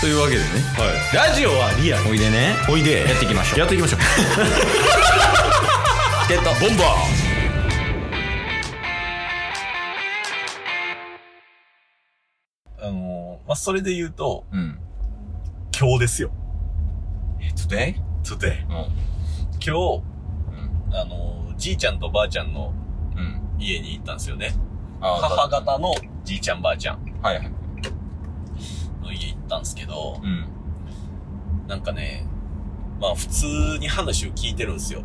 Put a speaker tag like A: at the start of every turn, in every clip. A: というわけでね
B: ラジオはリアル
A: おいでね
B: おいで
A: やっていきましょう
B: やっていきましょう
A: チケットボンバー
B: あのーまあ、それで言うと、
A: うん
B: 今日ですよ。
A: ちょっとね
B: つって。
A: も
B: 今日、
A: ううん
B: あのーじいちゃんとばあちゃんの
A: うん
B: 家に行ったんですよね。
A: あ
B: 母方のじいちゃんばあちゃん
A: はいはい
B: の家行ったんですけど、
A: うん
B: なんかね、まあ普通に話を聞いてるんですよ。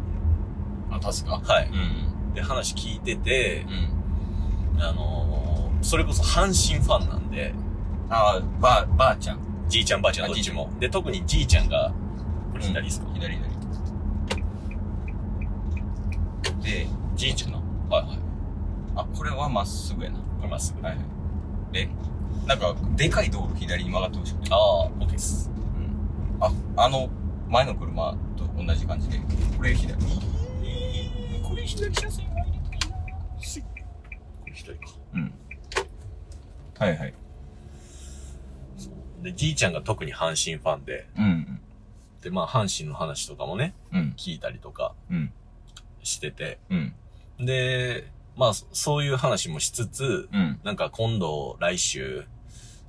A: あ確か
B: は
A: う
B: い。
A: ん
B: で、話聞いてて
A: う、ん
B: あのーそれこそ阪神ファンなんで、
A: あばばあちゃん
B: じいちゃんばあちゃんどっちも。で、特にじいちゃんが、これ左ですか、
A: 左左でじいちゃんの
B: はいはい。
A: あこれはまっすぐやな
B: これまっすぐ。
A: はいはいでなんかでかい道路左に曲がってほしくて
B: ああ、OK です。
A: うんああの前の車と同じ感じでこれ左
B: これ左車線入りたいなこれ左か。
A: うんはいはい
B: で、じいちゃんが特に阪神ファンで、
A: うん
B: で、まあ、阪神の話とかもね、
A: うん
B: 聞いたりとか
A: うん
B: してて、
A: うん
B: で、まあ、そそういう話もしつつ、
A: うん
B: なんか今度、来週、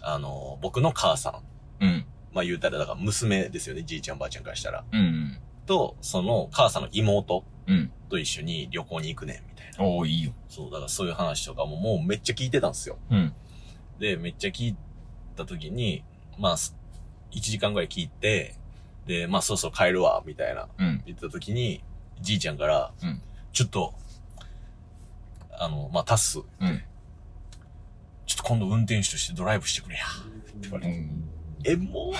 B: あの、僕の母さん、
A: うん
B: まあ言うたら、だから娘ですよね、じいちゃんばあちゃんからしたら。
A: うん
B: と、その母さんの妹
A: うん
B: と一緒に旅行に行くねん、みたいな。
A: おおいいよ
B: そう、だからそういう話とかももうめっちゃ聞いてたんですよ。
A: うん
B: で、めっちゃ聞いた時に、まあ、す1時間ぐらい聞いて、で、まあ、そろそろ帰るわ、みたいな、
A: うん
B: 言ってた時に、じいちゃんから、
A: うん
B: ちょっと、あの、まあ、タス、
A: うん
B: ちょっと今度運転手としてドライブしてくれや。って言われて、え、もう、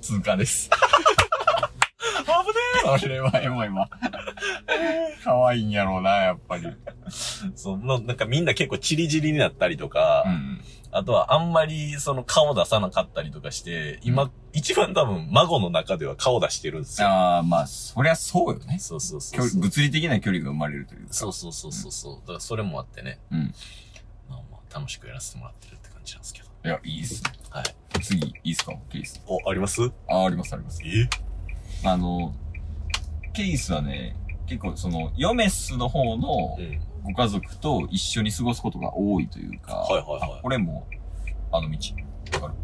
A: 通過です
B: 危ね
A: それはエモいわ可愛いんやろうなやっぱりう
B: えその、なんかみんな結構チリチリになったりとか、
A: ん
B: あとはあんまりその顔出さなかったりとかして、今、一番多分孫の中では顔出してるんですよ。
A: ああまあそりゃそうよね
B: そうそうそ
A: 距
B: う
A: 離
B: そう。
A: 物理的な距離が生まれるというか
B: そうそうそうそうそう。だからそれもあってね。
A: うん
B: まあまあ楽しくやらせてもらってるって感じなんですけど。
A: いやいいっすね
B: はい。
A: 次いいっすかケース
B: お、あります
A: ああありますあります
B: え
A: あの、ケイスはね、結構その、ヨメスの方の
B: うん。
A: ご家族と一緒に過ごすことが多いというか、
B: はいはいはい
A: あこれも、あの道、わか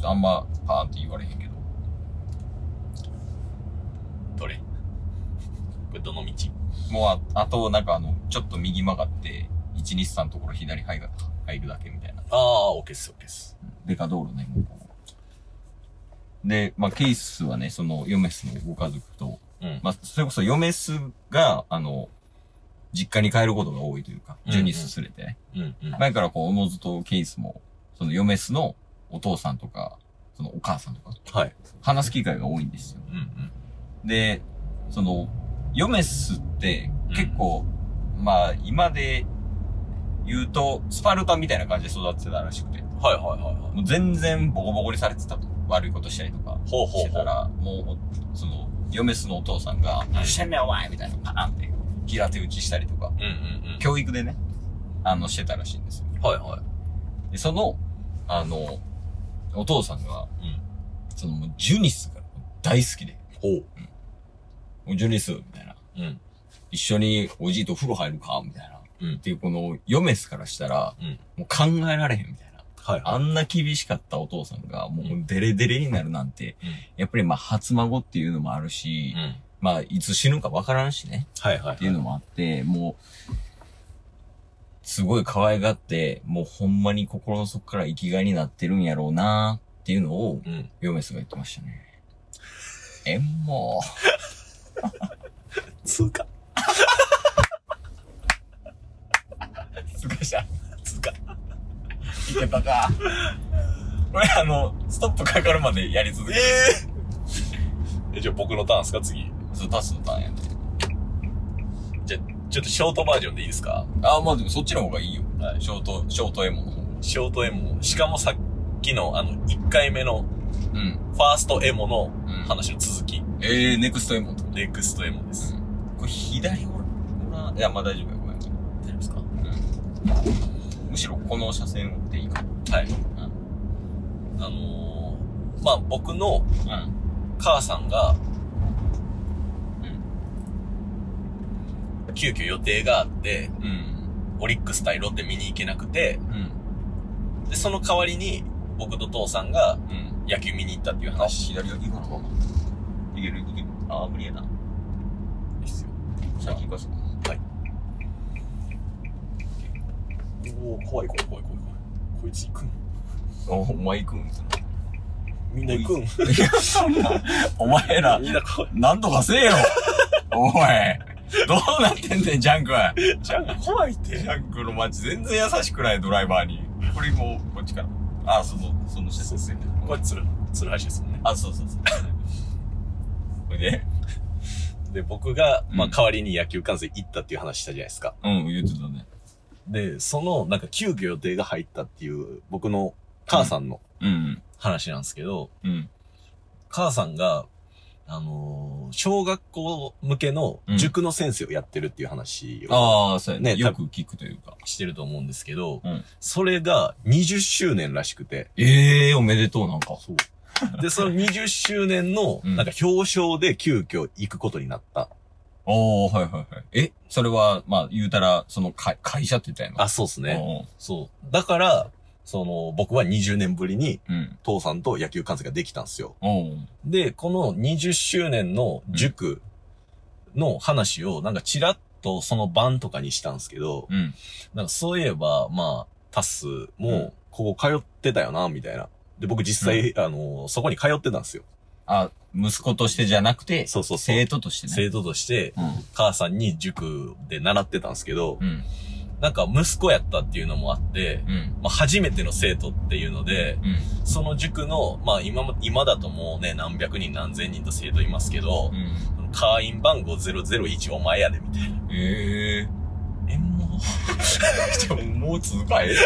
A: るあんま、パーンって言われへんけど、
B: どれこれどの道
A: もうあ、あと、なんかあの、ちょっと右曲がって、1、2、3のところ左入る入るだけみたいな。
B: ああ、オッケーっす、オッケーっす。
A: デカ道路ね、もうここで、まあ、ケイスはね、その、ヨメスのご家族と、
B: うん。
A: まあ、それこそ、ヨメスが、あの、実家に帰ることが多いというか、
B: うんうん
A: ジュニス連れてね。
B: うんうん。
A: 前からこう、おのずとケイスも、その、ヨメスのお父さんとか、そのお母さんとか、
B: はい。
A: 話す機会が多いんですよ。
B: うんうん。
A: で、その、ヨメスって、結構、まあ、今で言うと、スパルタみたいな感じで育ってたらしくて、
B: はいはいはいはい。
A: もう全然ボコボコにされてたと。悪いことしたりとか。
B: ほうほ
A: して
B: うほ
A: た
B: う。
A: ら、もう、その、ヨメスのお父さんが、してめお前みたいな、パーンって、平手打ちしたりとか、
B: うんうん
A: 教育でね、あの、してたらしいんですよ。
B: うん。はいはい。
A: で、その、あの、お父さんが、
B: うん
A: その、もうジュニスが大好きで、
B: ほう。
A: もうジュニス、みたいな、
B: うん。
A: 一緒におじいと風呂入るか、みたいな。
B: うん
A: っていう、この、ヨメスからしたら、
B: うん
A: もう考えられへん、みたいな。
B: はいはい。
A: あんな厳しかったお父さんが、も
B: う
A: うデレデレになるなんて、
B: うん
A: やっぱりまあ初孫っていうのもあるし、
B: うん。
A: まあいつ死ぬかわからんしね、
B: はいはい。
A: っていうのもあって、もう、すごい可愛がって、もうほんまに心の底から生きがいになってるんやろうなっていうのを、
B: うん。
A: ヨメスが言ってましたね。えんも
B: 通過。
A: う。すごいした。
B: 通過。
A: いけたか。俺あの、ストップかかるまでやり続
B: えええ、じゃあ僕のターンですか次。
A: そう、タスのターンやね。
B: じゃあ、ちょっとショートバージョンでいいですか
A: あ、まあでもそっちの方がいいよ。
B: はい
A: ショート、ショートエモの方。
B: ショートエモ。しかもさっきの、あの、1回目の、
A: うん。
B: ファーストエモの
A: うん
B: 話の続き。
A: ええー、ネクストエモンと。
B: ネクストエモです。
A: これ左ほら、いや、まあ大丈夫よ、ごめん。
B: 大丈夫ですか
A: むしろこの車線打っていいかも。
B: はい。
A: うん
B: あのーまあ僕の
A: うん。
B: 母さんが
A: うん。
B: 急遽予定があって、
A: うん。
B: オリックス対ロッテ見に行けなくて、
A: うん。
B: で、その代わりに僕と父さんが
A: うん。
B: 野球見に行ったっていう
A: あ、
B: 話
A: 左は行くのかないけるいける。あー、無理やな。
B: ですよ。
A: 先行かそう。
B: おお怖い怖い怖い怖い怖い。こいつ行くん
A: お、お前行くんすな。
B: みんな行くん
A: いや、そんな、お前 ら、
B: みんな怖い。
A: なんとかせえよおいどうなってんねん、ジャンク
B: じゃあ怖いっ
A: ジ
B: て。
A: ャンクの街全然優しくない、ドライバーに。これもう、こっちから。あ、その、その施設ですね。
B: これ鶴、鶴橋ですもんね。
A: あ、そうそうそう。ほいで
B: で、僕が、まあ
A: うん
B: 代わりに野球観戦行ったっていう話したじゃないですか。
A: うん、言ってたね。
B: で、その、なんか急遽予定が入ったっていう、僕の母さんの
A: うん。
B: 話なんですけど、
A: うん。
B: 母さんが、あのー小学校向けの
A: うん
B: 塾の先生をやってるっていう話を
A: ああ、そうやね。
B: ね
A: よく聞くというか。
B: してると思うんですけど、
A: うん
B: それが20周年らしくて、
A: ええおめでとうなんか。そう。
B: で、その20周年の、
A: うん
B: なんか表彰で急遽行くことになった。
A: おー、はいはいはい。え、それは、まあ、言うたら、その会、会社って言ったやん
B: あ、そうですね。
A: ね。
B: そう。だから、その、僕は20年ぶりに
A: うんうん。
B: 父さんと野球観戦ができたんですよ。
A: おー。
B: で、この20周年の塾の話を、なんかチラッとその晩とかにしたんですけど、
A: うん。
B: なんかそういえば、まあ、タス
A: うん
B: も、ここ通ってたよな、みたいな。で、僕実際、あの、そこに通ってたんですよ。
A: あ、息子としてじゃなくて、
B: そうそうそう
A: 生徒としてね。
B: 生徒として、
A: うん。
B: 母さんに塾で習ってたんですけど、
A: うん。
B: なんか息子やったっていうのもあって、
A: うん。
B: まあ、初めての生徒っていうので、
A: うん。
B: その塾の、まあ今も、今だともうね、何百人何千人と生徒いますけど、
A: うん。
B: 会員番号001お前やで、みたいな。
A: え え
B: え、 も
A: ー。もう続かへんね。
B: う、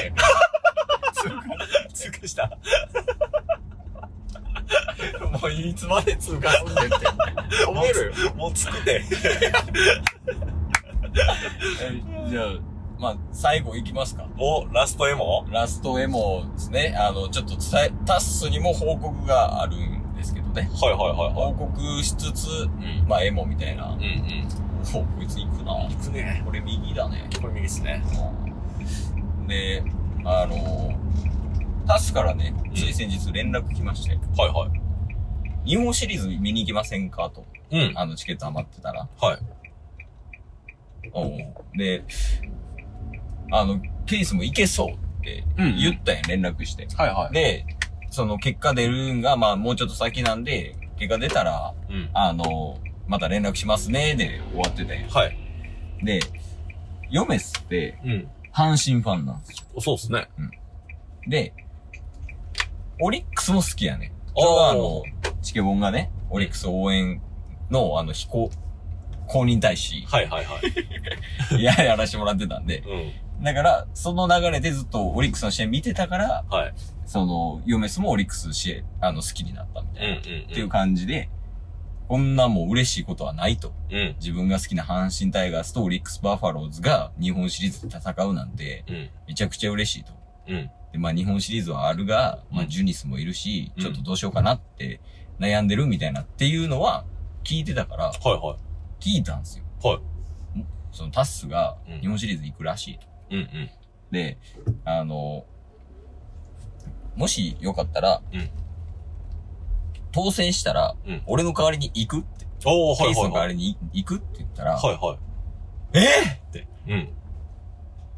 B: 通過した。
A: もういつまで通過すんねんって。止めろよ。
B: もうつくて。
A: えじゃあ、まあ、最後いきますか。
B: お、ラストエモ
A: ラストエモですね。あの、ちょっと伝え、タッスにも報告があるんですけどね。
B: はいはいはいはい。
A: 報告しつつ、
B: うん。
A: まあ、エモみたいな。
B: うんうん。
A: おこいつ行くな。
B: くね。
A: これ右だね。
B: これ右ですね。
A: で、あの、タスからね、
B: ん
A: つい先日連絡来まして、
B: はいはい。
A: 日本シリーズ見に行きませんかと。
B: うん。
A: あの、チケット余ってたら。
B: はい。
A: で、あの、ケースも行けそうって
B: うん
A: 言ったんや、連絡して。
B: はいは
A: で、その結果出るんが、まあ、もうちょっと先なんで、結果出たら、
B: い。うん。
A: あの、また連絡しますね、で終わってたんや。
B: はい。
A: で、ヨメスって、
B: うん。
A: 阪神ファンなんですよ。
B: そうですね。
A: で、オリックスも好きやね。
B: あー、
A: それはあの、チケボンがね、オリックス応援の、あの、非公、公認大使
B: はいはいはい。
A: いや、やらしてもらってたんで。
B: う
A: だから、その流れでずっとオリックスの試合見てたから、
B: ん。はい。
A: その、ヨメスもオリックス試合、あの、好きになったみたいな、っ
B: んうん。
A: ていう感じで、こんなもう嬉しいことはないと。
B: うん。
A: 自分が好きな阪神タイガースとオリックスバファローズが日本シリーズで戦うなんて、
B: うん。
A: めちゃくちゃ嬉しいと。
B: うん。
A: で、まあ日本シリーズはあるが、まあ
B: うん
A: ジュニスもいるし、
B: うん
A: ちょっとどうしようかなって悩んでるみたいなっていうのは聞いてたから、
B: はいはい。
A: 聞いたんですよ。
B: はい
A: ん。そのタッスが
B: うん
A: 日本シリーズ行くらしいと。
B: うんうん。
A: で、あの、もしよかったら、
B: うん
A: 当選したら、
B: うん
A: 俺の代わりに行くって、
B: おー、
A: ケ
B: は
A: イ
B: い
A: ス
B: は
A: の代
B: い
A: わ
B: はい。
A: りに行くって言ったら、
B: はいは
A: え
B: い。うん。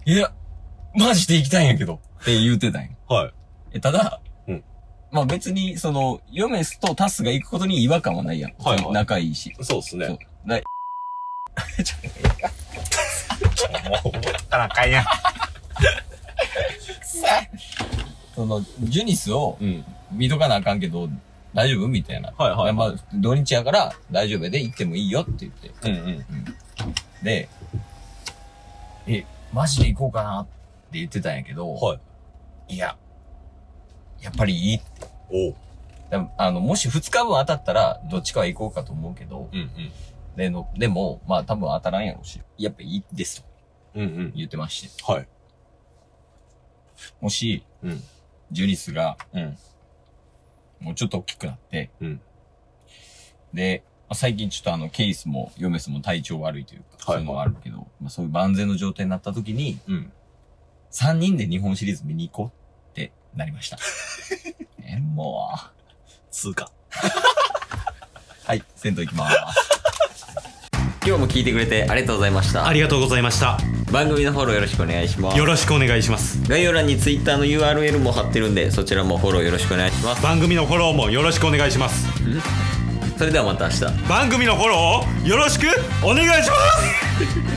A: ーいや、マジで行きたいんやけど。って言ってたんや。
B: はい。
A: えただ、
B: うん
A: まあ別に、その、ヨメスとタスが行くことに違和感はないやん。
B: はいはい
A: 仲いいし。
B: そうです
A: そう
B: ね。
A: な
B: もう、からかいや。
A: その、ジュニスを
B: うん。
A: 見とかなあかんけど、大丈夫みたいな。
B: はいはい。
A: まあ、土日やから大丈夫やで行ってもいいよって言って。
B: うんうん。
A: で、え、マジで行こうかなって言ってたんやけど、
B: はい。
A: い、や、やっぱりいいって。
B: おう。
A: でもあの、もし2日分当たったら、どっちかは行こうかと思うけど、
B: うんうん。
A: でのでも、まあ多分当たらんやろうし、やっぱいいですと
B: うんうん。
A: 言ってまして。
B: はい。
A: もし、
B: うん。
A: ジュリスが
B: うん。
A: もうちょっと大きくなって、
B: うん
A: で、まあ最近ちょっとあの、ケイスも、ヨメスも体調悪いというか、
B: はい
A: そういうのがあるけど、まあ、そういう万全の状態になった時に、
B: うん。
A: 3人で日本シリーズ見に行こうってなりました。えもう。
B: 通過。
A: はい、銭湯行きまーす。 今日も聞いてくれてありがとうございました
C: あ。りがとうございました。
A: 番組のフォローよろしくお願いします
C: よ。ろしくお願いします。
A: 概要欄に Twitter の URL も貼ってるんで、そちらもフォローよろしくお願いします。
C: 番組のフォローもよろしくお願いします。
A: それではまた明日。
C: 番組のフォローをよろしくお願いします